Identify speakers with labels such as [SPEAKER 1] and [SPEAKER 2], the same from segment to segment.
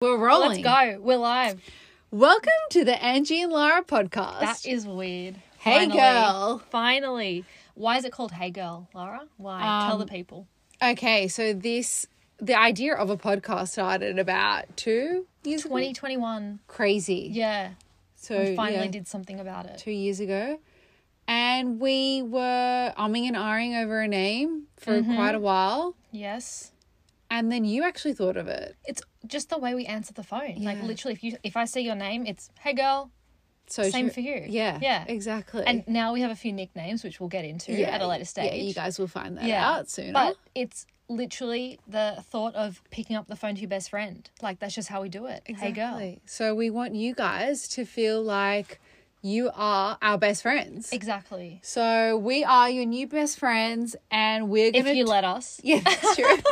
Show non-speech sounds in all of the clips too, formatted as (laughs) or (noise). [SPEAKER 1] We're rolling.
[SPEAKER 2] Let's go. We're live.
[SPEAKER 1] Welcome to the Angie and Lara podcast.
[SPEAKER 2] That is weird.
[SPEAKER 1] Hey, girl.
[SPEAKER 2] Finally. Why is it called Hey Girl, Lara? Why? Tell
[SPEAKER 1] Um,
[SPEAKER 2] the people.
[SPEAKER 1] okay, so this the idea of a podcast started about two years ago.
[SPEAKER 2] 2021.
[SPEAKER 1] Crazy.
[SPEAKER 2] Yeah.
[SPEAKER 1] so
[SPEAKER 2] we finally
[SPEAKER 1] Oh, yeah,
[SPEAKER 2] did something about it.
[SPEAKER 1] two years ago, and we were umming and ahhing over a name for
[SPEAKER 2] Mm-hmm.
[SPEAKER 1] quite a while,
[SPEAKER 2] Yes.
[SPEAKER 1] and then you actually thought of it.
[SPEAKER 2] It's just the way we answer the phone. Like
[SPEAKER 1] Yeah.
[SPEAKER 2] literally if you if I see your name, it's Hey Girl.
[SPEAKER 1] So
[SPEAKER 2] Same
[SPEAKER 1] should-
[SPEAKER 2] for you.
[SPEAKER 1] Yeah.
[SPEAKER 2] Yeah.
[SPEAKER 1] Exactly.
[SPEAKER 2] And now we have a few nicknames which we'll get into at a later stage.
[SPEAKER 1] Yeah, you guys will find that out sooner.
[SPEAKER 2] But it's literally the thought of picking up the phone to your best friend. Like that's just how we do it. Hey girl.
[SPEAKER 1] Exactly. So we want you guys to feel like you are our best friends.
[SPEAKER 2] Exactly.
[SPEAKER 1] So we are your new best friends, and we're
[SPEAKER 2] If
[SPEAKER 1] gonna
[SPEAKER 2] you let us,
[SPEAKER 1] (laughs) yeah, that's true.
[SPEAKER 2] if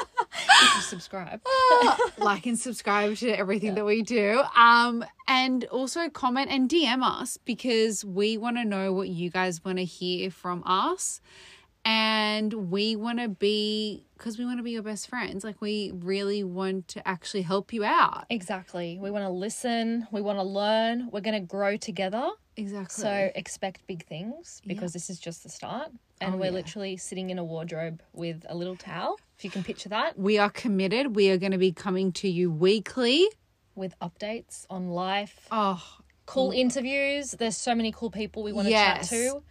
[SPEAKER 1] (gasps)
[SPEAKER 2] you subscribe.
[SPEAKER 1] (laughs) Oh, like and subscribe to everything that we do. Um, and also comment and DM us because we want to know what you guys want to hear from us. And we want to be, because we want to be your best friends. Like, we really want to actually help you out.
[SPEAKER 2] Exactly. We want to listen. We want to learn. We're going to grow together.
[SPEAKER 1] Exactly.
[SPEAKER 2] So expect big things because this is just the start. And we're literally sitting in a wardrobe with a little towel, if you can picture that,
[SPEAKER 1] We are committed. We are going to be coming to you weekly.
[SPEAKER 2] with updates on life,
[SPEAKER 1] Oh,
[SPEAKER 2] cool interviews. There's so many cool people we want to
[SPEAKER 1] Yes.
[SPEAKER 2] chat to.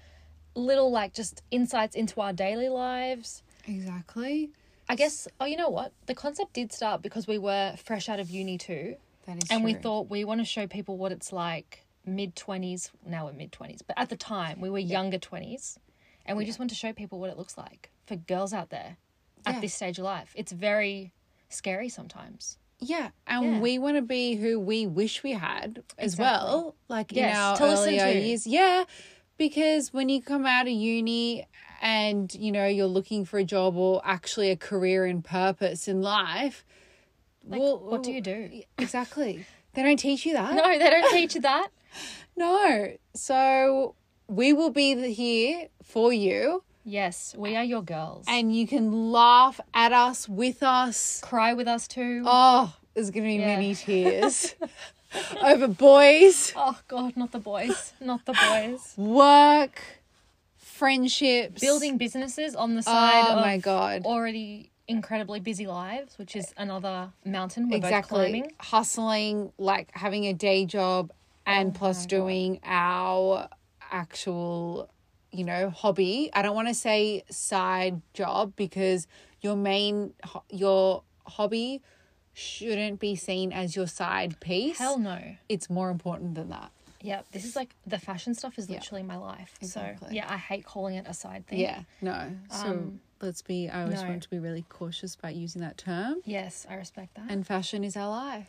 [SPEAKER 2] Little like just insights into our daily lives.
[SPEAKER 1] exactly.
[SPEAKER 2] I guess, oh, you know what? The concept did start because we were fresh out of uni too.
[SPEAKER 1] That is
[SPEAKER 2] and we
[SPEAKER 1] true.
[SPEAKER 2] thought we want to show people what it's like mid 20s now we're mid 20s but at the time we were younger 20s and we just want to show people what it looks like for girls out there
[SPEAKER 1] Yeah.
[SPEAKER 2] at this stage of life it's very scary sometimes
[SPEAKER 1] Yeah, and
[SPEAKER 2] Yeah.
[SPEAKER 1] we want to be who we wish we had as well, like
[SPEAKER 2] Yes,
[SPEAKER 1] in our
[SPEAKER 2] to listen
[SPEAKER 1] earlier
[SPEAKER 2] to.
[SPEAKER 1] years. Yeah, because when you come out of uni and you know you're looking for a job or actually a career and purpose in life, well,
[SPEAKER 2] what do you do
[SPEAKER 1] exactly? They don't teach you that.
[SPEAKER 2] (laughs) no they don't
[SPEAKER 1] (laughs)
[SPEAKER 2] teach you that
[SPEAKER 1] No. So we will be the- here for you,
[SPEAKER 2] yes we are your girls
[SPEAKER 1] and you can laugh at us with us.
[SPEAKER 2] cry with us too oh,
[SPEAKER 1] Oh, there's gonna be
[SPEAKER 2] Yeah.
[SPEAKER 1] many
[SPEAKER 2] (laughs)
[SPEAKER 1] tears over boys.
[SPEAKER 2] Oh, god not the boys not the boys
[SPEAKER 1] (laughs) work, friendships,
[SPEAKER 2] building businesses on the side
[SPEAKER 1] Oh
[SPEAKER 2] of
[SPEAKER 1] my god!
[SPEAKER 2] already incredibly busy lives which is another mountain we're both
[SPEAKER 1] exactly,
[SPEAKER 2] climbing
[SPEAKER 1] hustling, like having a day job, and
[SPEAKER 2] Oh
[SPEAKER 1] plus doing our actual, you know, hobby. I don't want to say side job because your main ho- your hobby shouldn't be seen as your side piece.
[SPEAKER 2] hell no
[SPEAKER 1] It's more important than that.
[SPEAKER 2] Yeah, this is like the fashion stuff is literally my life. So
[SPEAKER 1] Exactly.
[SPEAKER 2] yeah, I hate calling it a side thing.
[SPEAKER 1] Yeah, no. So let's be. I always
[SPEAKER 2] Um, no.
[SPEAKER 1] want to be really cautious about using that term.
[SPEAKER 2] Yes, I respect that.
[SPEAKER 1] And fashion is our life.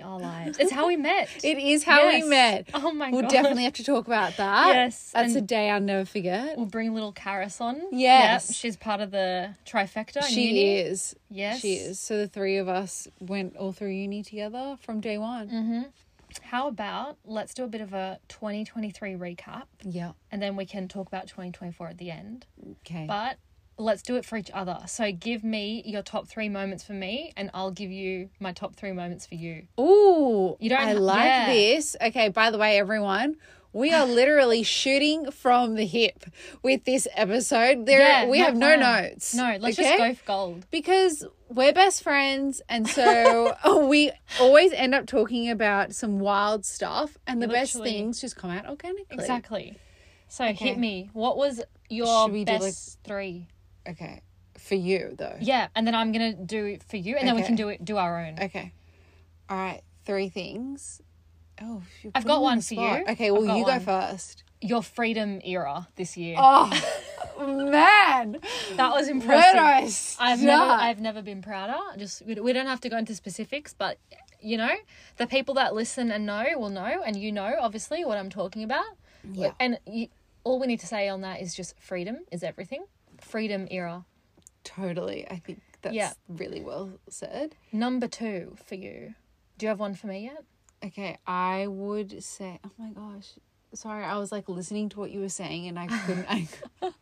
[SPEAKER 1] (laughs)
[SPEAKER 2] our lives. It's how we met.
[SPEAKER 1] It is how
[SPEAKER 2] Yes.
[SPEAKER 1] we met.
[SPEAKER 2] Oh my
[SPEAKER 1] we'll
[SPEAKER 2] God.
[SPEAKER 1] definitely have to talk about that.
[SPEAKER 2] Yes,
[SPEAKER 1] That's
[SPEAKER 2] and-
[SPEAKER 1] a day I'll never forget.
[SPEAKER 2] we'll bring little Karis on. Yep,
[SPEAKER 1] Yes.
[SPEAKER 2] she's part of the trifecta. in
[SPEAKER 1] She
[SPEAKER 2] uni.
[SPEAKER 1] is.
[SPEAKER 2] Yes.
[SPEAKER 1] She is. So the three of us went all through uni together from day one.
[SPEAKER 2] Mm-hmm. How about let's do a bit of a 2023 recap,
[SPEAKER 1] Yeah.
[SPEAKER 2] and then we can talk about 2024 at the end.
[SPEAKER 1] Okay.
[SPEAKER 2] But let's do it for each other. So give me your top three moments for me, and I'll give you my top three moments for you.
[SPEAKER 1] Ooh.
[SPEAKER 2] You don't
[SPEAKER 1] I
[SPEAKER 2] ha-
[SPEAKER 1] like
[SPEAKER 2] yeah.
[SPEAKER 1] this. Okay, by the way, everyone. We
[SPEAKER 2] (sighs)
[SPEAKER 1] are literally shooting from the hip with this episode. There, we have no
[SPEAKER 2] plan.
[SPEAKER 1] notes.
[SPEAKER 2] No, let's
[SPEAKER 1] okay?
[SPEAKER 2] just go for gold.
[SPEAKER 1] because we're best friends and (laughs) so we always end up talking about some wild stuff and the best
[SPEAKER 2] Literally.
[SPEAKER 1] things just come out organically
[SPEAKER 2] Exactly. So
[SPEAKER 1] Okay.
[SPEAKER 2] hit me. What was your
[SPEAKER 1] Should we do, like-
[SPEAKER 2] best three?
[SPEAKER 1] okay for you though
[SPEAKER 2] Yeah, and then I'm gonna do it for you, and then we can
[SPEAKER 1] Okay.
[SPEAKER 2] do it do our own.
[SPEAKER 1] okay all right three things oh you're
[SPEAKER 2] I've
[SPEAKER 1] putting
[SPEAKER 2] got
[SPEAKER 1] me on
[SPEAKER 2] one
[SPEAKER 1] the
[SPEAKER 2] for
[SPEAKER 1] spot.
[SPEAKER 2] you.
[SPEAKER 1] okay
[SPEAKER 2] I've
[SPEAKER 1] well
[SPEAKER 2] got
[SPEAKER 1] you
[SPEAKER 2] one.
[SPEAKER 1] go first
[SPEAKER 2] Your freedom era this year.
[SPEAKER 1] oh (laughs) man
[SPEAKER 2] that was
[SPEAKER 1] where
[SPEAKER 2] impressive.
[SPEAKER 1] do I
[SPEAKER 2] I've never,
[SPEAKER 1] start?
[SPEAKER 2] I've never been prouder. Just we, we don't have to go into specifics, but you know, the people that listen and know will know, and you know, obviously, what I'm talking about.
[SPEAKER 1] Yeah.
[SPEAKER 2] And you, all we need to say on that is just freedom is everything. Freedom era
[SPEAKER 1] totally i think that's
[SPEAKER 2] Yeah.
[SPEAKER 1] really well said
[SPEAKER 2] number two for you. Do you have one for me yet?
[SPEAKER 1] Okay, I would say, oh my gosh. Sorry, I was like listening to what you were saying and I couldn't.
[SPEAKER 2] (laughs)
[SPEAKER 1] I,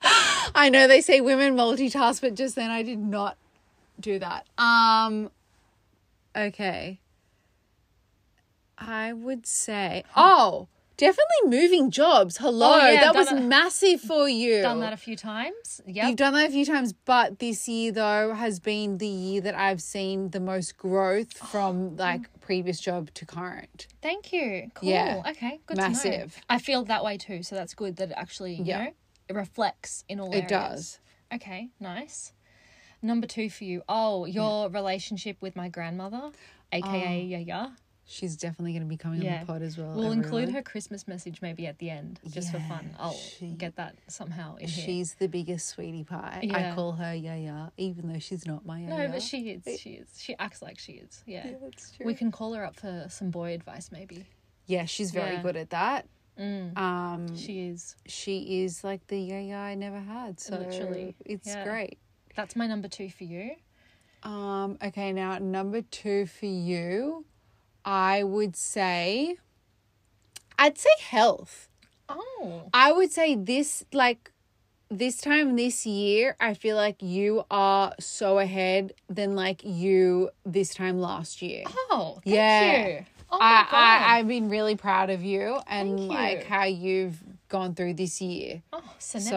[SPEAKER 1] (laughs) I know they say women multitask, but just then I did not do that. Um, okay. I would say, oh, definitely moving jobs. Hello,
[SPEAKER 2] Oh, yeah,
[SPEAKER 1] that
[SPEAKER 2] done
[SPEAKER 1] was
[SPEAKER 2] a-
[SPEAKER 1] massive for you.
[SPEAKER 2] Done that a few times. Yep.
[SPEAKER 1] You've done that a few times, but this year though has been the year that I've seen the most growth
[SPEAKER 2] (gasps)
[SPEAKER 1] from like previous job to current.
[SPEAKER 2] Thank you. Cool.
[SPEAKER 1] Yeah.
[SPEAKER 2] Okay. Good to know.
[SPEAKER 1] Massive.
[SPEAKER 2] I feel that way too, so that's good that it actually, you
[SPEAKER 1] Yeah.
[SPEAKER 2] know, it reflects in all
[SPEAKER 1] It does.
[SPEAKER 2] Okay, nice. Number two for you. Oh, your relationship with my grandmother, aka Yaya.
[SPEAKER 1] She's definitely going to be coming
[SPEAKER 2] Yeah.
[SPEAKER 1] on Oh. the pod as well.
[SPEAKER 2] We'll include
[SPEAKER 1] everyone.
[SPEAKER 2] her Christmas message maybe at the end, just for
[SPEAKER 1] Yeah,
[SPEAKER 2] fun. I'll
[SPEAKER 1] she-
[SPEAKER 2] get that somehow in here.
[SPEAKER 1] She's the biggest sweetie pie.
[SPEAKER 2] Yeah.
[SPEAKER 1] I call her Yaya, even though she's not my
[SPEAKER 2] no,
[SPEAKER 1] Yaya. (laughs)
[SPEAKER 2] but she is. She is. She acts like she is. Yeah.
[SPEAKER 1] Yeah, that's true.
[SPEAKER 2] we can call her up for some boy advice, maybe.
[SPEAKER 1] yeah, she's very
[SPEAKER 2] Yeah. Mm.
[SPEAKER 1] good at that. Um,
[SPEAKER 2] She is.
[SPEAKER 1] she is like the Yaya I never had. So
[SPEAKER 2] Literally,
[SPEAKER 1] it's
[SPEAKER 2] yeah.
[SPEAKER 1] great.
[SPEAKER 2] That's my number two for you.
[SPEAKER 1] Um, okay, now number two for you, I would say, I'd say health.
[SPEAKER 2] Oh.
[SPEAKER 1] I would say this, like, this time this year, I feel like you are so ahead than like you this time last year.
[SPEAKER 2] Oh. Thank
[SPEAKER 1] Yeah.
[SPEAKER 2] you. Oh my
[SPEAKER 1] I,
[SPEAKER 2] god.
[SPEAKER 1] I, I've been really proud of you and
[SPEAKER 2] Thank
[SPEAKER 1] like
[SPEAKER 2] you.
[SPEAKER 1] how you've gone through this year.
[SPEAKER 2] oh, Sinead.
[SPEAKER 1] So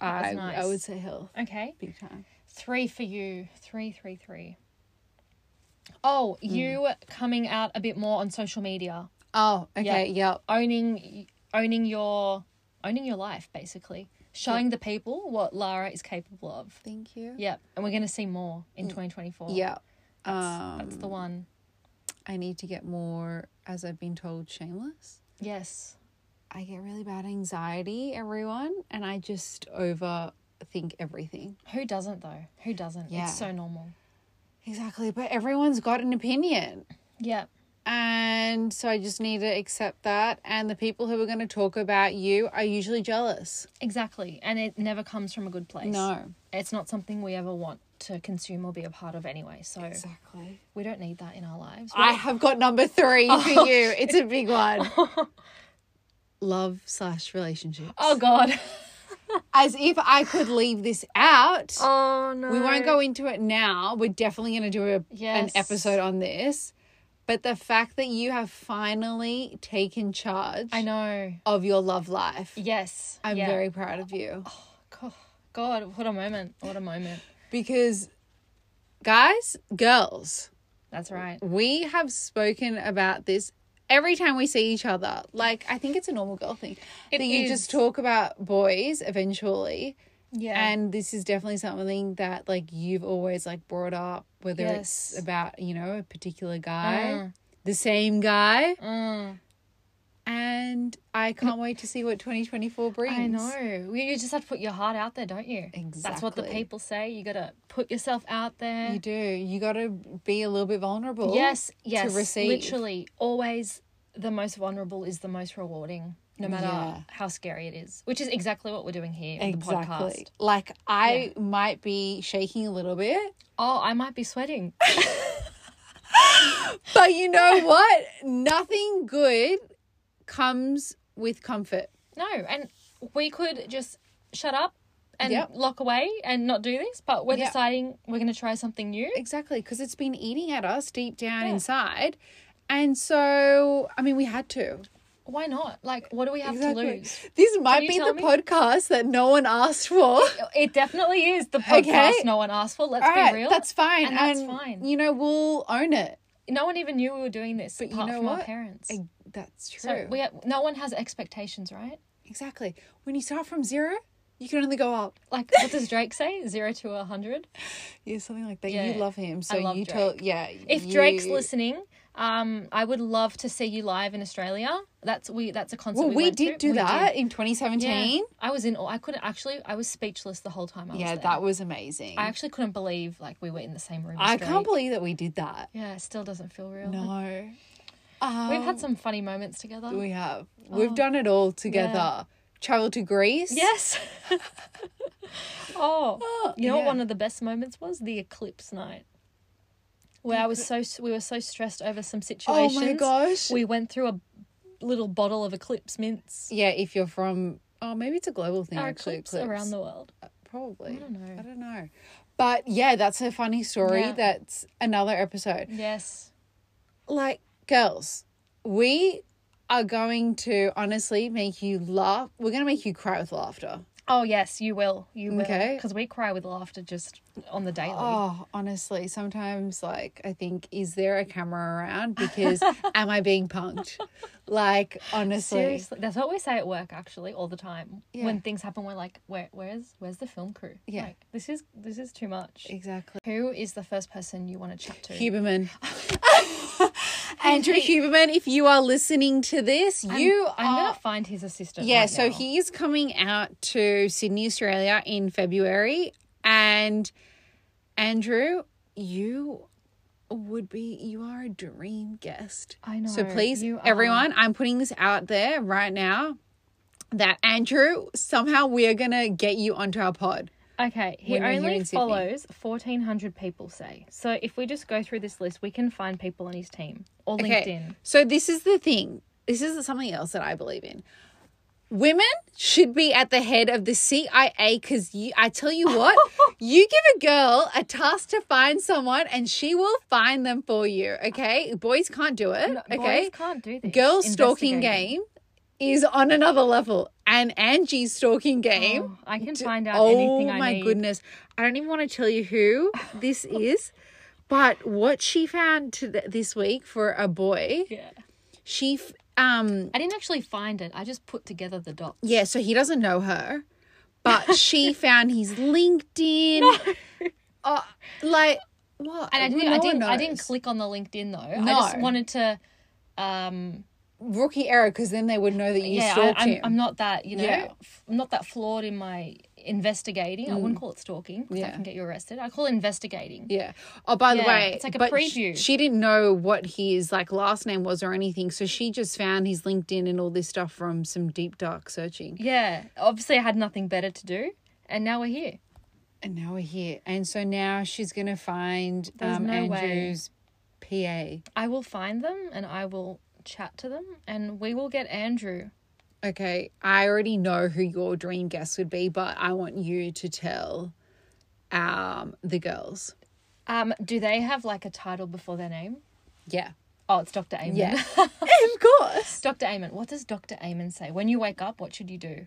[SPEAKER 2] That was
[SPEAKER 1] I,
[SPEAKER 2] nice.
[SPEAKER 1] I would say health,
[SPEAKER 2] Okay.
[SPEAKER 1] big time.
[SPEAKER 2] Three for you. Three, three, three. Oh,
[SPEAKER 1] Hmm.
[SPEAKER 2] you coming out a bit more on social media,
[SPEAKER 1] Oh, okay, yep.
[SPEAKER 2] owning owning your owning your life basically, showing the people what Lara is capable of.
[SPEAKER 1] Thank you.
[SPEAKER 2] Yep, and we're gonna see more in 2024.
[SPEAKER 1] Mm. Yeah.
[SPEAKER 2] that's,
[SPEAKER 1] Um,
[SPEAKER 2] that's the one.
[SPEAKER 1] I need to get more, as I've been told, shameless.
[SPEAKER 2] Yes.
[SPEAKER 1] I get really bad anxiety, everyone, and I just overthink everything.
[SPEAKER 2] Who doesn't though? Who doesn't?
[SPEAKER 1] Yeah.
[SPEAKER 2] It's so normal.
[SPEAKER 1] Exactly. But everyone's got an opinion.
[SPEAKER 2] Yep.
[SPEAKER 1] And so I just need to accept that. And the people who are going to talk about you are usually jealous.
[SPEAKER 2] Exactly. And it never comes from a good place.
[SPEAKER 1] No.
[SPEAKER 2] It's not something we ever want to consume or be a part of anyway. So
[SPEAKER 1] Exactly.
[SPEAKER 2] we don't need that in our lives.
[SPEAKER 1] I have got number three
[SPEAKER 2] (laughs)
[SPEAKER 1] for you. It's a big one. Love slash relationships.
[SPEAKER 2] oh
[SPEAKER 1] (laughs)
[SPEAKER 2] god.
[SPEAKER 1] As if I could leave this out.
[SPEAKER 2] Oh no.
[SPEAKER 1] We won't go into it now. We're definitely going to do a,
[SPEAKER 2] Yes.
[SPEAKER 1] an episode on this. But the fact that you have finally taken charge
[SPEAKER 2] I know.
[SPEAKER 1] of your love life,
[SPEAKER 2] Yes.
[SPEAKER 1] I'm
[SPEAKER 2] yeah.
[SPEAKER 1] very proud of you.
[SPEAKER 2] Go- God, what a moment. What a moment.
[SPEAKER 1] Because, guys, girls,
[SPEAKER 2] That's right.
[SPEAKER 1] we have spoken about this every time we see each other. Like, I think it's a normal girl thing.
[SPEAKER 2] It
[SPEAKER 1] that you
[SPEAKER 2] is.
[SPEAKER 1] just talk about boys eventually.
[SPEAKER 2] Yeah.
[SPEAKER 1] and this is definitely something that like you've always like brought up whether
[SPEAKER 2] Yes.
[SPEAKER 1] it's about you know a particular guy
[SPEAKER 2] Mm.
[SPEAKER 1] the same guy
[SPEAKER 2] Mm.
[SPEAKER 1] and i can't wait to see what 2024 brings
[SPEAKER 2] I know. Well, You just have to put your heart out there, don't you? That's what the
[SPEAKER 1] Exactly.
[SPEAKER 2] people say. You got to put yourself out there.
[SPEAKER 1] you do you gotta be a little bit vulnerable
[SPEAKER 2] Yes, yes.
[SPEAKER 1] receive.
[SPEAKER 2] Literally, always the most vulnerable is the most rewarding, no matter
[SPEAKER 1] Yeah.
[SPEAKER 2] how scary it is, which is exactly what we're doing here in the
[SPEAKER 1] exactly
[SPEAKER 2] podcast.
[SPEAKER 1] like i might be shaking a little bit
[SPEAKER 2] (laughs) Oh, I might be sweating.
[SPEAKER 1] but you know what nothing good comes with comfort
[SPEAKER 2] no, and we could just shut up and
[SPEAKER 1] Yep.
[SPEAKER 2] lock away and not do this, but we're
[SPEAKER 1] Yep.
[SPEAKER 2] deciding we're going to try something new.
[SPEAKER 1] Exactly, because it's been eating at us deep down
[SPEAKER 2] Yeah.
[SPEAKER 1] inside. And so, I mean, we had to.
[SPEAKER 2] Why not? Like, what do we have to lose?
[SPEAKER 1] This might
[SPEAKER 2] you
[SPEAKER 1] be
[SPEAKER 2] tell
[SPEAKER 1] the
[SPEAKER 2] me?
[SPEAKER 1] podcast that no one asked for.
[SPEAKER 2] It definitely is the podcast no one asked
[SPEAKER 1] (laughs)
[SPEAKER 2] for. Let's
[SPEAKER 1] All
[SPEAKER 2] be
[SPEAKER 1] right,
[SPEAKER 2] real.
[SPEAKER 1] that's fine.
[SPEAKER 2] And that's fine.
[SPEAKER 1] You know, we'll own it.
[SPEAKER 2] no one even knew we were doing this
[SPEAKER 1] But you
[SPEAKER 2] apart
[SPEAKER 1] know
[SPEAKER 2] from our
[SPEAKER 1] what?
[SPEAKER 2] parents.
[SPEAKER 1] I- that's true.
[SPEAKER 2] So we no one has expectations, right?
[SPEAKER 1] exactly. When you start from zero, you can only go up.
[SPEAKER 2] like what does Drake say? (laughs) Zero to a hundred.
[SPEAKER 1] Yeah, something like that.
[SPEAKER 2] Yeah.
[SPEAKER 1] You love him, so
[SPEAKER 2] love
[SPEAKER 1] you
[SPEAKER 2] Drake.
[SPEAKER 1] tell. Yeah.
[SPEAKER 2] If
[SPEAKER 1] you-
[SPEAKER 2] Drake's listening, um, I would love to see you live in Australia. That's we. That's a concert.
[SPEAKER 1] well, we,
[SPEAKER 2] went to.
[SPEAKER 1] did do
[SPEAKER 2] We
[SPEAKER 1] that in
[SPEAKER 2] Yeah.
[SPEAKER 1] 2017.
[SPEAKER 2] I was in. awe. I couldn't actually. I was speechless the whole time. I was
[SPEAKER 1] Yeah,
[SPEAKER 2] there.
[SPEAKER 1] that was amazing. I,
[SPEAKER 2] I actually couldn't believe like we were in the same room. as
[SPEAKER 1] can't
[SPEAKER 2] Drake.
[SPEAKER 1] believe that we did that.
[SPEAKER 2] Yeah, it still doesn't feel real.
[SPEAKER 1] Uh-huh. No. Um,
[SPEAKER 2] We've had some funny moments together. (laughs)
[SPEAKER 1] We have.
[SPEAKER 2] Oh.
[SPEAKER 1] We've done it all together. Traveled to Greece. (laughs)
[SPEAKER 2] Yes. oh, you know what
[SPEAKER 1] yeah.
[SPEAKER 2] one of the best moments was the eclipse night, where I was so we were so stressed over some
[SPEAKER 1] Oh
[SPEAKER 2] situations.
[SPEAKER 1] my gosh.
[SPEAKER 2] We went through a little bottle of eclipse mints.
[SPEAKER 1] yeah, if you're from oh maybe it's a global thing
[SPEAKER 2] Our
[SPEAKER 1] actually.
[SPEAKER 2] eclipse around the world.
[SPEAKER 1] Uh. probably. I don't
[SPEAKER 2] know.
[SPEAKER 1] I don't know. But yeah, that's a funny story.
[SPEAKER 2] Yeah.
[SPEAKER 1] That's another episode.
[SPEAKER 2] Yes.
[SPEAKER 1] Like girls, We are going to honestly make you laugh. We're going to make you cry with laughter.
[SPEAKER 2] Oh yes, you will. You will.
[SPEAKER 1] Okay.
[SPEAKER 2] Because we cry with laughter just on the daily.
[SPEAKER 1] Oh, honestly, sometimes like I think, is there a camera around?
[SPEAKER 2] (laughs)
[SPEAKER 1] Because am I being punked? Like honestly,
[SPEAKER 2] Seriously, that's what we say at work actually all the time.
[SPEAKER 1] Yeah.
[SPEAKER 2] When things happen, we're like, "Where, where's, where's the film crew?
[SPEAKER 1] Yeah.
[SPEAKER 2] like, this is this is too much."
[SPEAKER 1] exactly.
[SPEAKER 2] Who is the first person you want to chat to? (laughs)
[SPEAKER 1] Huberman, Andrew Huberman, if you are listening to this,
[SPEAKER 2] I'm-
[SPEAKER 1] you
[SPEAKER 2] I'm
[SPEAKER 1] are.
[SPEAKER 2] gonna find his assistant.
[SPEAKER 1] yeah,
[SPEAKER 2] right
[SPEAKER 1] so
[SPEAKER 2] now.
[SPEAKER 1] he is coming out to Sydney, Australia in February, and Andrew, you would be you are a dream guest.
[SPEAKER 2] I know.
[SPEAKER 1] So please,
[SPEAKER 2] you are-
[SPEAKER 1] everyone, I'm putting this out there right now that Andrew, somehow we are gonna get you onto our pod.
[SPEAKER 2] Okay, he
[SPEAKER 1] when we're here
[SPEAKER 2] only
[SPEAKER 1] in Sydney.
[SPEAKER 2] follows 1,400 people, say. So if we just go through this list, we can find people on his team or LinkedIn.
[SPEAKER 1] So this is the thing. This is something else that I believe in. Women should be at the head of the CIA because you, I tell you
[SPEAKER 2] (laughs)
[SPEAKER 1] what, you give a girl a task to find someone and she will find them for you. Okay, boys can't do it. okay,
[SPEAKER 2] Boys can't do this.
[SPEAKER 1] girl stalking
[SPEAKER 2] Investigating.
[SPEAKER 1] game is on another level, and Angie's stalking game.
[SPEAKER 2] Oh, I can find out
[SPEAKER 1] oh
[SPEAKER 2] anything I
[SPEAKER 1] my
[SPEAKER 2] need.
[SPEAKER 1] goodness. I don't even want to tell you who
[SPEAKER 2] (laughs)
[SPEAKER 1] this is, but what she found to this week for a boy,
[SPEAKER 2] Yeah.
[SPEAKER 1] she f- um
[SPEAKER 2] I didn't actually find it. I just put together the dots.
[SPEAKER 1] yeah, so he doesn't know her, but
[SPEAKER 2] (laughs)
[SPEAKER 1] she found his LinkedIn. Uh, like what?
[SPEAKER 2] And I
[SPEAKER 1] Well,
[SPEAKER 2] didn't. I
[SPEAKER 1] no one
[SPEAKER 2] didn't. I didn't
[SPEAKER 1] knows.
[SPEAKER 2] click on the LinkedIn though. I
[SPEAKER 1] No.
[SPEAKER 2] just wanted to. Um,
[SPEAKER 1] rookie error because then they would know that you
[SPEAKER 2] yeah, I,
[SPEAKER 1] stalked
[SPEAKER 2] I'm,
[SPEAKER 1] him.
[SPEAKER 2] I'm not that you know.
[SPEAKER 1] Yeah. Mm.
[SPEAKER 2] f- I'm not that flawed in my investigating. I wouldn't call it stalking 'cause
[SPEAKER 1] Yeah.
[SPEAKER 2] that can get you arrested. I call it investigating.
[SPEAKER 1] Yeah. Oh, by the
[SPEAKER 2] Yeah,
[SPEAKER 1] way,
[SPEAKER 2] it's like a
[SPEAKER 1] but sh-
[SPEAKER 2] preview.
[SPEAKER 1] She didn't know what his like last name was or anything, so she just found his LinkedIn and all this stuff from some deep dark searching.
[SPEAKER 2] Yeah. Obviously, I had nothing better to do, and now we're here.
[SPEAKER 1] And now we're here, and so now she's gonna find
[SPEAKER 2] There's
[SPEAKER 1] um,
[SPEAKER 2] no way.
[SPEAKER 1] Andrew's PA.
[SPEAKER 2] I will find them and I will chat to them, and we will get Andrew.
[SPEAKER 1] Okay, I already know who your dream guest would be, but I want you to tell um the girls.
[SPEAKER 2] Um, do they have like a title before their name?
[SPEAKER 1] Yeah.
[SPEAKER 2] Oh, it's Dr. Amen. (laughs)
[SPEAKER 1] Yeah. (laughs) of course.
[SPEAKER 2] Dr. Amen, what does Dr. Amen say? When you wake up, what should you do?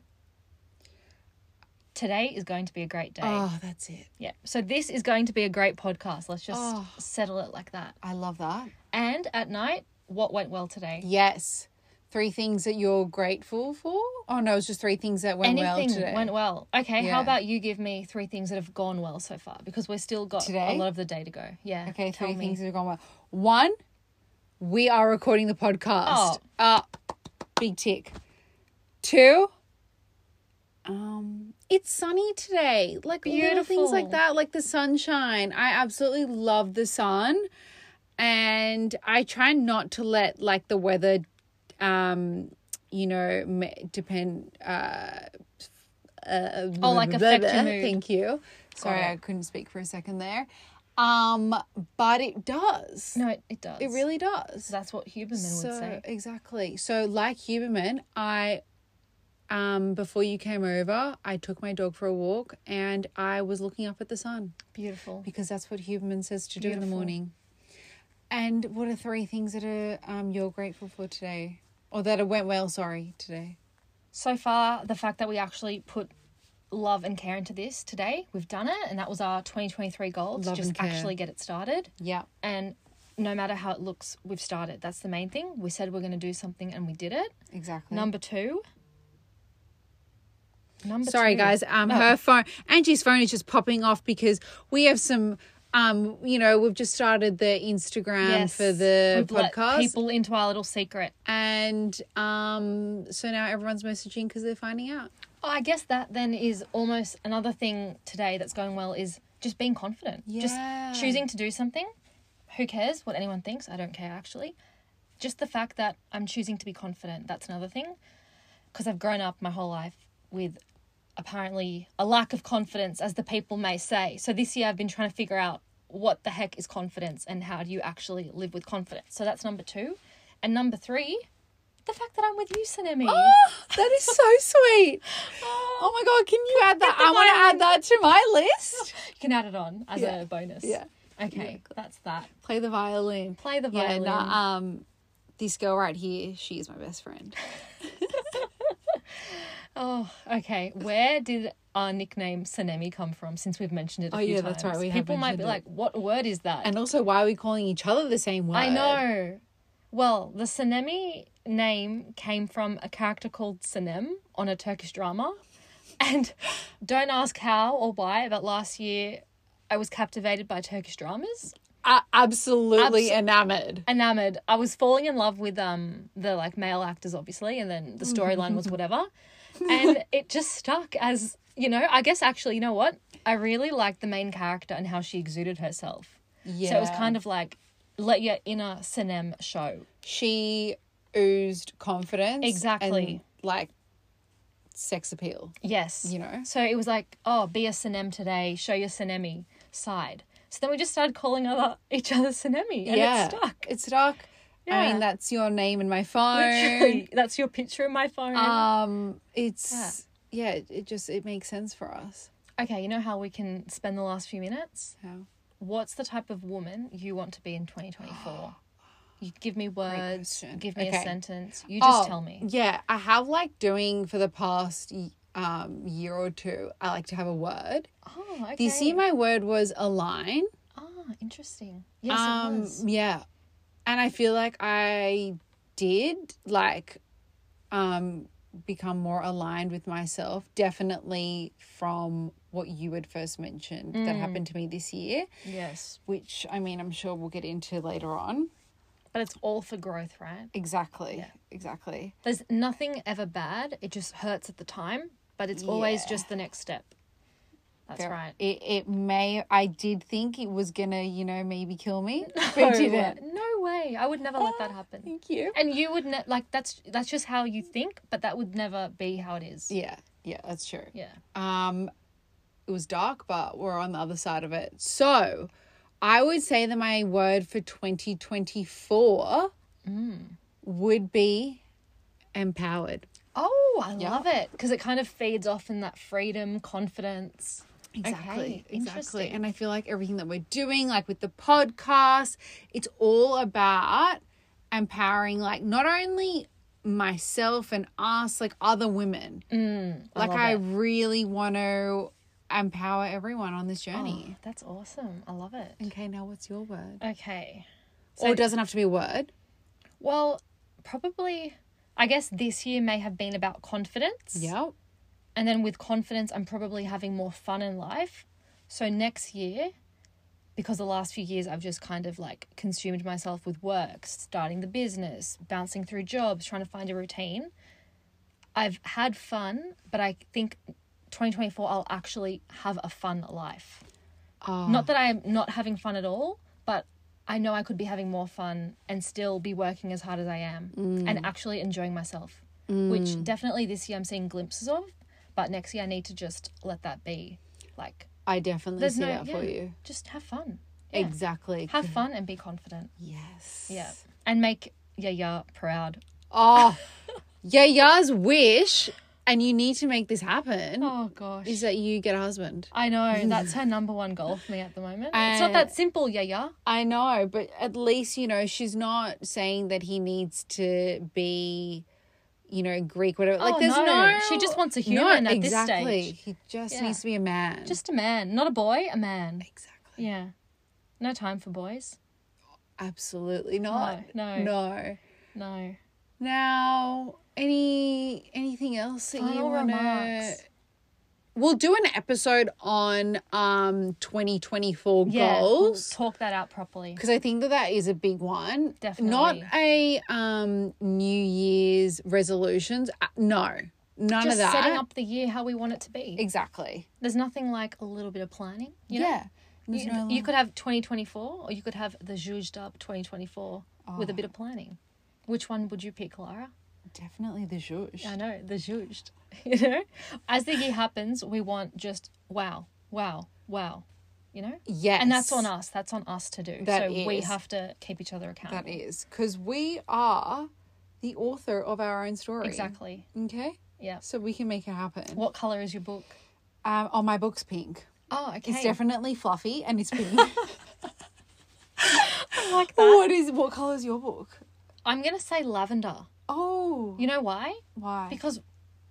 [SPEAKER 2] Today is going to be a great day.
[SPEAKER 1] Oh, that's it.
[SPEAKER 2] yeah. So this is going to be a great podcast. Let's just
[SPEAKER 1] Oh.
[SPEAKER 2] settle it like that.
[SPEAKER 1] I love that.
[SPEAKER 2] And at night, what went well today?
[SPEAKER 1] Yes. Three things that you're grateful for? Oh no, it's just three things that went well
[SPEAKER 2] Anything
[SPEAKER 1] today.
[SPEAKER 2] went well. Okay,
[SPEAKER 1] Yeah.
[SPEAKER 2] how about you give me three things that have gone well so far? Because we've still got
[SPEAKER 1] Today?
[SPEAKER 2] a lot of the day to go. Yeah.
[SPEAKER 1] okay,
[SPEAKER 2] tell
[SPEAKER 1] three
[SPEAKER 2] me.
[SPEAKER 1] things that have gone well. One, we are recording the podcast.
[SPEAKER 2] Oh.
[SPEAKER 1] Uh big tick. Two, um, it's sunny today. Like little things like
[SPEAKER 2] Beautiful.
[SPEAKER 1] that, like the sunshine. I absolutely love the sun. And I try not to let like the weather um you know me- depend uh uh,
[SPEAKER 2] Oh, like affect your
[SPEAKER 1] (laughs)
[SPEAKER 2] mood.
[SPEAKER 1] Thank you. Sorry,
[SPEAKER 2] it.
[SPEAKER 1] I couldn't speak for a second there. Um, but it does.
[SPEAKER 2] No, it, it does.
[SPEAKER 1] It really does.
[SPEAKER 2] That's what Huberman
[SPEAKER 1] So
[SPEAKER 2] would say.
[SPEAKER 1] exactly. So like Huberman, I um before you came over, I took my dog for a walk and I was looking up at the sun
[SPEAKER 2] Beautiful.
[SPEAKER 1] because that's what Huberman says to do in the
[SPEAKER 2] Beautiful.
[SPEAKER 1] morning. And what are three things that are um you're grateful for today? Or that it went well, sorry, today.
[SPEAKER 2] so far the fact that we actually put love and care into this today we've done it and that was our 2023 goal to
[SPEAKER 1] Love
[SPEAKER 2] just
[SPEAKER 1] and care.
[SPEAKER 2] actually get it started
[SPEAKER 1] Yeah.
[SPEAKER 2] and no matter how it looks we've started that's the main thing we said we're going to do something and we did it
[SPEAKER 1] Exactly.
[SPEAKER 2] number two number
[SPEAKER 1] Sorry,
[SPEAKER 2] two.
[SPEAKER 1] guys. Um, her phone, Angie's phone is just popping off because we have some. Um, you know, we've just started the Instagram for the
[SPEAKER 2] We've let
[SPEAKER 1] podcast,
[SPEAKER 2] people into our little secret
[SPEAKER 1] and um, so now everyone's messaging because they're finding out.
[SPEAKER 2] Oh, I guess that then is almost another thing today that's going well is just being confident.
[SPEAKER 1] Yeah.
[SPEAKER 2] Just choosing to do something. Who cares what anyone thinks? I don't care actually. Just the fact that I'm choosing to be confident, that's another thing. Because I've grown up my whole life with apparently a lack of confidence, as the people may say. So this year I've been trying to figure out what the heck is confidence and how do you actually live with confidence. So that's number two. And number three, the fact that I'm with you, Sanemi.
[SPEAKER 1] that is so (laughs) sweet. Oh my god, can you add that? (laughs) I want to add that to my list.
[SPEAKER 2] You can add it on as
[SPEAKER 1] Yeah.
[SPEAKER 2] a bonus.
[SPEAKER 1] Yeah.
[SPEAKER 2] Okay, that's that.
[SPEAKER 1] (laughs) Play the violin.
[SPEAKER 2] Play the
[SPEAKER 1] Yeah,
[SPEAKER 2] violin.
[SPEAKER 1] no, um, this girl right here, she is my best friend.
[SPEAKER 2] Oh, okay. Where did our nickname Sanemi come from? Since we've mentioned it a
[SPEAKER 1] Oh,
[SPEAKER 2] few
[SPEAKER 1] yeah,
[SPEAKER 2] times,
[SPEAKER 1] that's right, we have
[SPEAKER 2] people might be like,
[SPEAKER 1] mentioned
[SPEAKER 2] "What word is that?"
[SPEAKER 1] And also, why are we calling each other the same word?
[SPEAKER 2] I know. Well, the Sanemi name came from a character called Sanem on a Turkish drama. And don't ask how or why, but last year I was captivated by Turkish dramas.
[SPEAKER 1] A- absolutely enamored.
[SPEAKER 2] Enamored. I was falling in love with um the like male actors obviously and then the storyline was whatever. And it just stuck as, you know, I guess actually, you know what? I really liked the main character and how she exuded herself.
[SPEAKER 1] Yeah.
[SPEAKER 2] So it was kind of like let your inner Sanem show.
[SPEAKER 1] she oozed confidence.
[SPEAKER 2] Exactly.
[SPEAKER 1] and, like sex appeal.
[SPEAKER 2] Yes.
[SPEAKER 1] You know?
[SPEAKER 2] So it was like, oh, be a Sinem today, show your Sinemi side. So then we just started calling other each other Sinemi and it stuck.
[SPEAKER 1] It's stuck. I
[SPEAKER 2] Yeah.
[SPEAKER 1] mean, that's your name in my phone.
[SPEAKER 2] Literally, that's your picture in my phone.
[SPEAKER 1] um, it's yeah. it, it just it makes sense for us.
[SPEAKER 2] okay, you know how we can spend the last few minutes?
[SPEAKER 1] How?
[SPEAKER 2] What's the type of woman you want to be
[SPEAKER 1] (gasps)
[SPEAKER 2] in 2024? You give me words,
[SPEAKER 1] question.
[SPEAKER 2] give me a
[SPEAKER 1] Okay.
[SPEAKER 2] sentence, you just
[SPEAKER 1] Oh,
[SPEAKER 2] tell me.
[SPEAKER 1] Yeah, I have like doing for the past y- um year or two. I like to have a word.
[SPEAKER 2] Oh, okay.
[SPEAKER 1] This year, my word was align.
[SPEAKER 2] Ah, interesting. Yes,
[SPEAKER 1] Um,
[SPEAKER 2] it was.
[SPEAKER 1] yeah, and I feel like I did like um become more aligned with myself. Definitely from what you had first mentioned that happened to me this year,
[SPEAKER 2] Yes.
[SPEAKER 1] which I mean, I'm sure we'll get into later on.
[SPEAKER 2] But it's all for growth, right?
[SPEAKER 1] Exactly. Exactly.
[SPEAKER 2] There's nothing ever bad. It just hurts at the time, but it's always
[SPEAKER 1] Yeah.
[SPEAKER 2] just the next step. That's
[SPEAKER 1] Fair- (laughs)
[SPEAKER 2] right.
[SPEAKER 1] It it may I did think it was gonna, you know, maybe kill me. but it didn't.
[SPEAKER 2] way. No way. I would never let that
[SPEAKER 1] (laughs)
[SPEAKER 2] happen.
[SPEAKER 1] Thank you.
[SPEAKER 2] And you would ne- like that's that's just how you think, but that would never be how it is.
[SPEAKER 1] Yeah, yeah, that's true.
[SPEAKER 2] Yeah.
[SPEAKER 1] Um it was dark, but we're on the other side of it. So I would say that my word for twenty twenty four
[SPEAKER 2] Mm.
[SPEAKER 1] would be empowered.
[SPEAKER 2] Oh, I love it because it kind of feeds off in that freedom, confidence. Okay,
[SPEAKER 1] exactly.
[SPEAKER 2] interesting.
[SPEAKER 1] And I feel like everything that we're doing, like with the podcast, it's all about empowering, like, not only myself and us, like other women. like,
[SPEAKER 2] Mm, love
[SPEAKER 1] I
[SPEAKER 2] it.
[SPEAKER 1] really want to empower everyone on this
[SPEAKER 2] Oh,
[SPEAKER 1] journey.
[SPEAKER 2] that's awesome. I love it.
[SPEAKER 1] Okay, now what's your word?
[SPEAKER 2] Okay.
[SPEAKER 1] or it doesn't have to be a word.
[SPEAKER 2] Well, probably I guess this year may have been about confidence.
[SPEAKER 1] Yep.
[SPEAKER 2] And then with confidence, I'm probably having more fun in life. So next year, because the last few years I've just kind of like consumed myself with work, starting the business, bouncing through jobs, trying to find a routine, I've had fun, but I think 2024 I'll actually have a fun life.
[SPEAKER 1] Oh,
[SPEAKER 2] Not that I'm not having fun at all, but I know I could be having more fun and still be working as hard as I am
[SPEAKER 1] Mm.
[SPEAKER 2] and actually enjoying myself, which definitely this year I'm seeing glimpses of. But next year I need to just let that be. Like,
[SPEAKER 1] I definitely
[SPEAKER 2] there's
[SPEAKER 1] see
[SPEAKER 2] no,
[SPEAKER 1] that
[SPEAKER 2] yeah,
[SPEAKER 1] for you.
[SPEAKER 2] just have fun.
[SPEAKER 1] Exactly.
[SPEAKER 2] Have fun and be confident.
[SPEAKER 1] yes.
[SPEAKER 2] Yeah. And make Yaya proud.
[SPEAKER 1] (laughs) Oh, Yaya's wish, and you need to make this happen.
[SPEAKER 2] Oh, gosh.
[SPEAKER 1] is that you get a husband.
[SPEAKER 2] I know.
[SPEAKER 1] (laughs)
[SPEAKER 2] That's her number one goal for me at the moment. it's not that simple, Yaya.
[SPEAKER 1] I know, but at least, you know, she's not saying that he needs to be, you know, Greek, whatever. Like,
[SPEAKER 2] Oh,
[SPEAKER 1] there's
[SPEAKER 2] no.
[SPEAKER 1] no,
[SPEAKER 2] She just wants a human at this stage.
[SPEAKER 1] He just
[SPEAKER 2] Yeah.
[SPEAKER 1] needs to be a man.
[SPEAKER 2] Just a man. Not a boy, a man.
[SPEAKER 1] exactly.
[SPEAKER 2] Yeah. No time for boys.
[SPEAKER 1] Absolutely not.
[SPEAKER 2] No, no.
[SPEAKER 1] No.
[SPEAKER 2] No.
[SPEAKER 1] Now, any anything else that you
[SPEAKER 2] Final
[SPEAKER 1] want to
[SPEAKER 2] remarks.
[SPEAKER 1] We'll do an episode on um 2024
[SPEAKER 2] Yeah, we'll
[SPEAKER 1] goals.
[SPEAKER 2] talk that out properly.
[SPEAKER 1] because I think that that is a big one. Not
[SPEAKER 2] Definitely.
[SPEAKER 1] a um New Year's resolutions. Uh, no, none of
[SPEAKER 2] Just
[SPEAKER 1] that.
[SPEAKER 2] setting up the year how we want it to be.
[SPEAKER 1] exactly.
[SPEAKER 2] There's nothing like a little bit of planning. You know?
[SPEAKER 1] yeah. There's
[SPEAKER 2] You,
[SPEAKER 1] no-
[SPEAKER 2] you could have 2024 or you could have the zhuzhed up 2024 with a bit of
[SPEAKER 1] Oh.
[SPEAKER 2] planning. Which one would you pick, Lara?
[SPEAKER 1] definitely the zhuzh.
[SPEAKER 2] I know, the zhuzhed. (laughs) You know? As the year happens, we want just wow, wow, wow. You know?
[SPEAKER 1] Yes.
[SPEAKER 2] And that's on us. That's on us to do.
[SPEAKER 1] That
[SPEAKER 2] so we
[SPEAKER 1] is.
[SPEAKER 2] have to keep each other accountable.
[SPEAKER 1] That is because we are the author of our own story.
[SPEAKER 2] Exactly.
[SPEAKER 1] Okay.
[SPEAKER 2] Yeah.
[SPEAKER 1] So we can make it happen.
[SPEAKER 2] What color is your book?
[SPEAKER 1] Um, oh, my book's pink.
[SPEAKER 2] Oh, okay.
[SPEAKER 1] It's definitely fluffy
[SPEAKER 2] (laughs)
[SPEAKER 1] and it's pink.
[SPEAKER 2] like
[SPEAKER 1] (laughs) what is what color is your book?
[SPEAKER 2] I'm going to say lavender.
[SPEAKER 1] Oh,
[SPEAKER 2] You know why?
[SPEAKER 1] why?
[SPEAKER 2] Because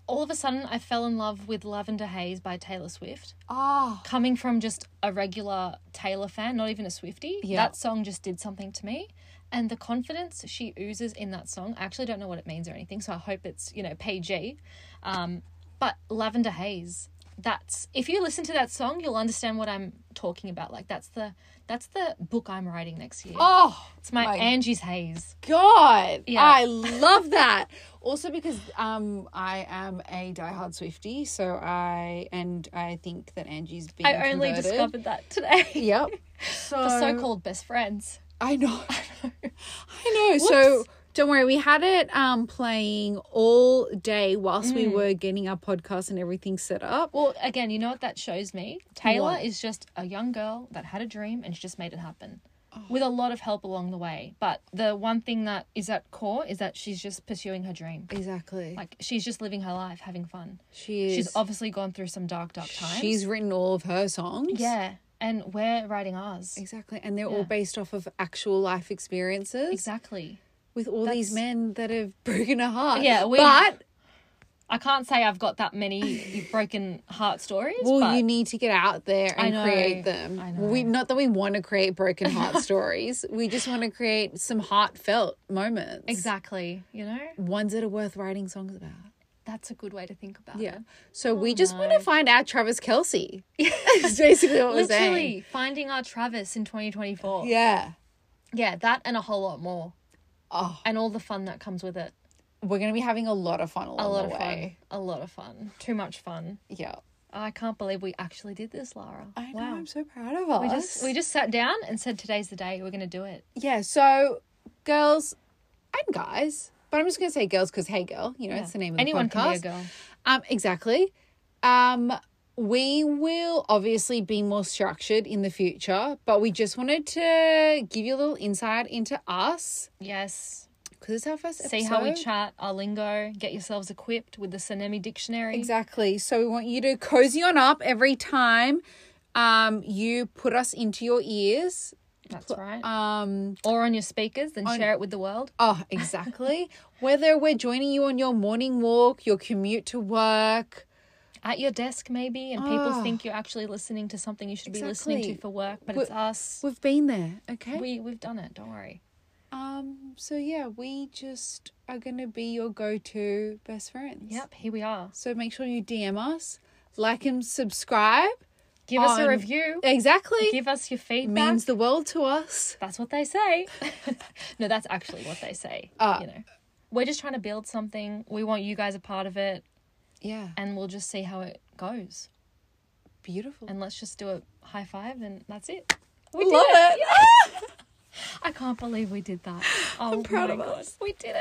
[SPEAKER 2] all of a sudden I fell in love with Lavender Haze by Taylor Swift.
[SPEAKER 1] Ah,
[SPEAKER 2] Coming from just a regular Taylor fan, not even a Swifty,
[SPEAKER 1] Yeah.
[SPEAKER 2] that song just did something to me. And the confidence she oozes in that song, I actually don't know what it means or anything, so I hope it's, you know, PG. Um, but Lavender Haze, that's if you listen to that song, you'll understand what I'm talking about. Like that's the that's the book I'm writing next year.
[SPEAKER 1] oh,
[SPEAKER 2] it's my,
[SPEAKER 1] my
[SPEAKER 2] Angie's Haze.
[SPEAKER 1] God.
[SPEAKER 2] Yeah.
[SPEAKER 1] I love that. Also because um I am a diehard Swifty, so I and I think that Angie's been
[SPEAKER 2] I only
[SPEAKER 1] converted.
[SPEAKER 2] discovered that today. (laughs)
[SPEAKER 1] Yep. So,
[SPEAKER 2] The so-called best friends.
[SPEAKER 1] I know. (laughs) I know. So don't worry, we had it um playing all day whilst
[SPEAKER 2] Mm.
[SPEAKER 1] we were getting our podcast and everything set up.
[SPEAKER 2] Well, again, you know what that shows me? Taylor
[SPEAKER 1] What?
[SPEAKER 2] is just a young girl that had a dream and she just made it happen
[SPEAKER 1] Oh.
[SPEAKER 2] with a lot of help along the way. But the one thing that is at core is that she's just pursuing her dream.
[SPEAKER 1] Exactly.
[SPEAKER 2] Like she's just living her life, having fun.
[SPEAKER 1] she is
[SPEAKER 2] She's obviously gone through some dark, dark times.
[SPEAKER 1] she's written all of her songs.
[SPEAKER 2] yeah, and we're writing ours.
[SPEAKER 1] Exactly. And they're
[SPEAKER 2] Yeah.
[SPEAKER 1] all based off of actual life experiences.
[SPEAKER 2] Exactly.
[SPEAKER 1] with all these
[SPEAKER 2] That's-
[SPEAKER 1] men that have (laughs) broken her heart.
[SPEAKER 2] Yeah, we-
[SPEAKER 1] but
[SPEAKER 2] I can't say I've got
[SPEAKER 1] (laughs)
[SPEAKER 2] that many broken heart stories.
[SPEAKER 1] well,
[SPEAKER 2] but
[SPEAKER 1] you need to get out there
[SPEAKER 2] I
[SPEAKER 1] and
[SPEAKER 2] know,
[SPEAKER 1] create them.
[SPEAKER 2] I
[SPEAKER 1] We not that we want to create broken
[SPEAKER 2] (laughs)
[SPEAKER 1] heart stories. We just want to create some heartfelt moments,
[SPEAKER 2] exactly. You know,
[SPEAKER 1] ones that are worth writing songs about.
[SPEAKER 2] that's a good way to think about it.
[SPEAKER 1] Yeah. So
[SPEAKER 2] Oh
[SPEAKER 1] we just want to find out Travis (laughs)
[SPEAKER 2] (laughs)
[SPEAKER 1] Kelsey. It's basically what we're saying.
[SPEAKER 2] Literally finding our Travis in 2024.
[SPEAKER 1] Yeah.
[SPEAKER 2] Yeah, that and a whole lot more.
[SPEAKER 1] Oh,
[SPEAKER 2] And all the fun that comes with it.
[SPEAKER 1] we're gonna be having a lot of fun along
[SPEAKER 2] A lot
[SPEAKER 1] the
[SPEAKER 2] of
[SPEAKER 1] way.
[SPEAKER 2] fun. A lot of fun. Too much fun.
[SPEAKER 1] Yeah.
[SPEAKER 2] I can't believe we actually did this, Lara.
[SPEAKER 1] I know. I'm so proud of us.
[SPEAKER 2] We just we just sat down and said today's the day we're gonna do it.
[SPEAKER 1] Yeah, so girls and guys, but I'm just gonna say girls because hey, girl, you know it's the name of
[SPEAKER 2] Anyone
[SPEAKER 1] the podcast.
[SPEAKER 2] can be a girl.
[SPEAKER 1] Um, exactly. Um, we will obviously be more structured in the future, but we just wanted to give you a little insight into us
[SPEAKER 2] Yes.
[SPEAKER 1] because it's our first episode.
[SPEAKER 2] See how we chat, our lingo, get yourselves equipped with the Sonemi dictionary.
[SPEAKER 1] Exactly. So we want you to cozy on up every time um you put us into your ears.
[SPEAKER 2] That's right.
[SPEAKER 1] Um
[SPEAKER 2] or on your speakers, then share it with the world.
[SPEAKER 1] Oh, exactly. Whether we're joining you on your morning walk, your commute to work,
[SPEAKER 2] At your desk maybe, and people
[SPEAKER 1] Ah.
[SPEAKER 2] think you're actually listening to something you should be listening to
[SPEAKER 1] Exactly.
[SPEAKER 2] for work, but
[SPEAKER 1] We-
[SPEAKER 2] it's us.
[SPEAKER 1] we've been there, okay?
[SPEAKER 2] We we've done it, don't worry.
[SPEAKER 1] um, so yeah, we just are gonna be your go-to best friends.
[SPEAKER 2] Yep, here we are.
[SPEAKER 1] So make sure you DM us, like and subscribe.
[SPEAKER 2] Give us a
[SPEAKER 1] on-
[SPEAKER 2] review.
[SPEAKER 1] Exactly.
[SPEAKER 2] Give us your feedback.
[SPEAKER 1] means the world to us.
[SPEAKER 2] that's what they say. (laughs) no, that's actually what they say.
[SPEAKER 1] Ah.
[SPEAKER 2] you know, we're just trying to build something. We want you guys a part of it,
[SPEAKER 1] Yeah.
[SPEAKER 2] and we'll just see how it goes.
[SPEAKER 1] Beautiful.
[SPEAKER 2] And let's just do a high five, and that's it. We
[SPEAKER 1] Love
[SPEAKER 2] did it.
[SPEAKER 1] it.
[SPEAKER 2] I can't believe we did that. Oh,
[SPEAKER 1] proud
[SPEAKER 2] my
[SPEAKER 1] of
[SPEAKER 2] God.
[SPEAKER 1] us.
[SPEAKER 2] We did it.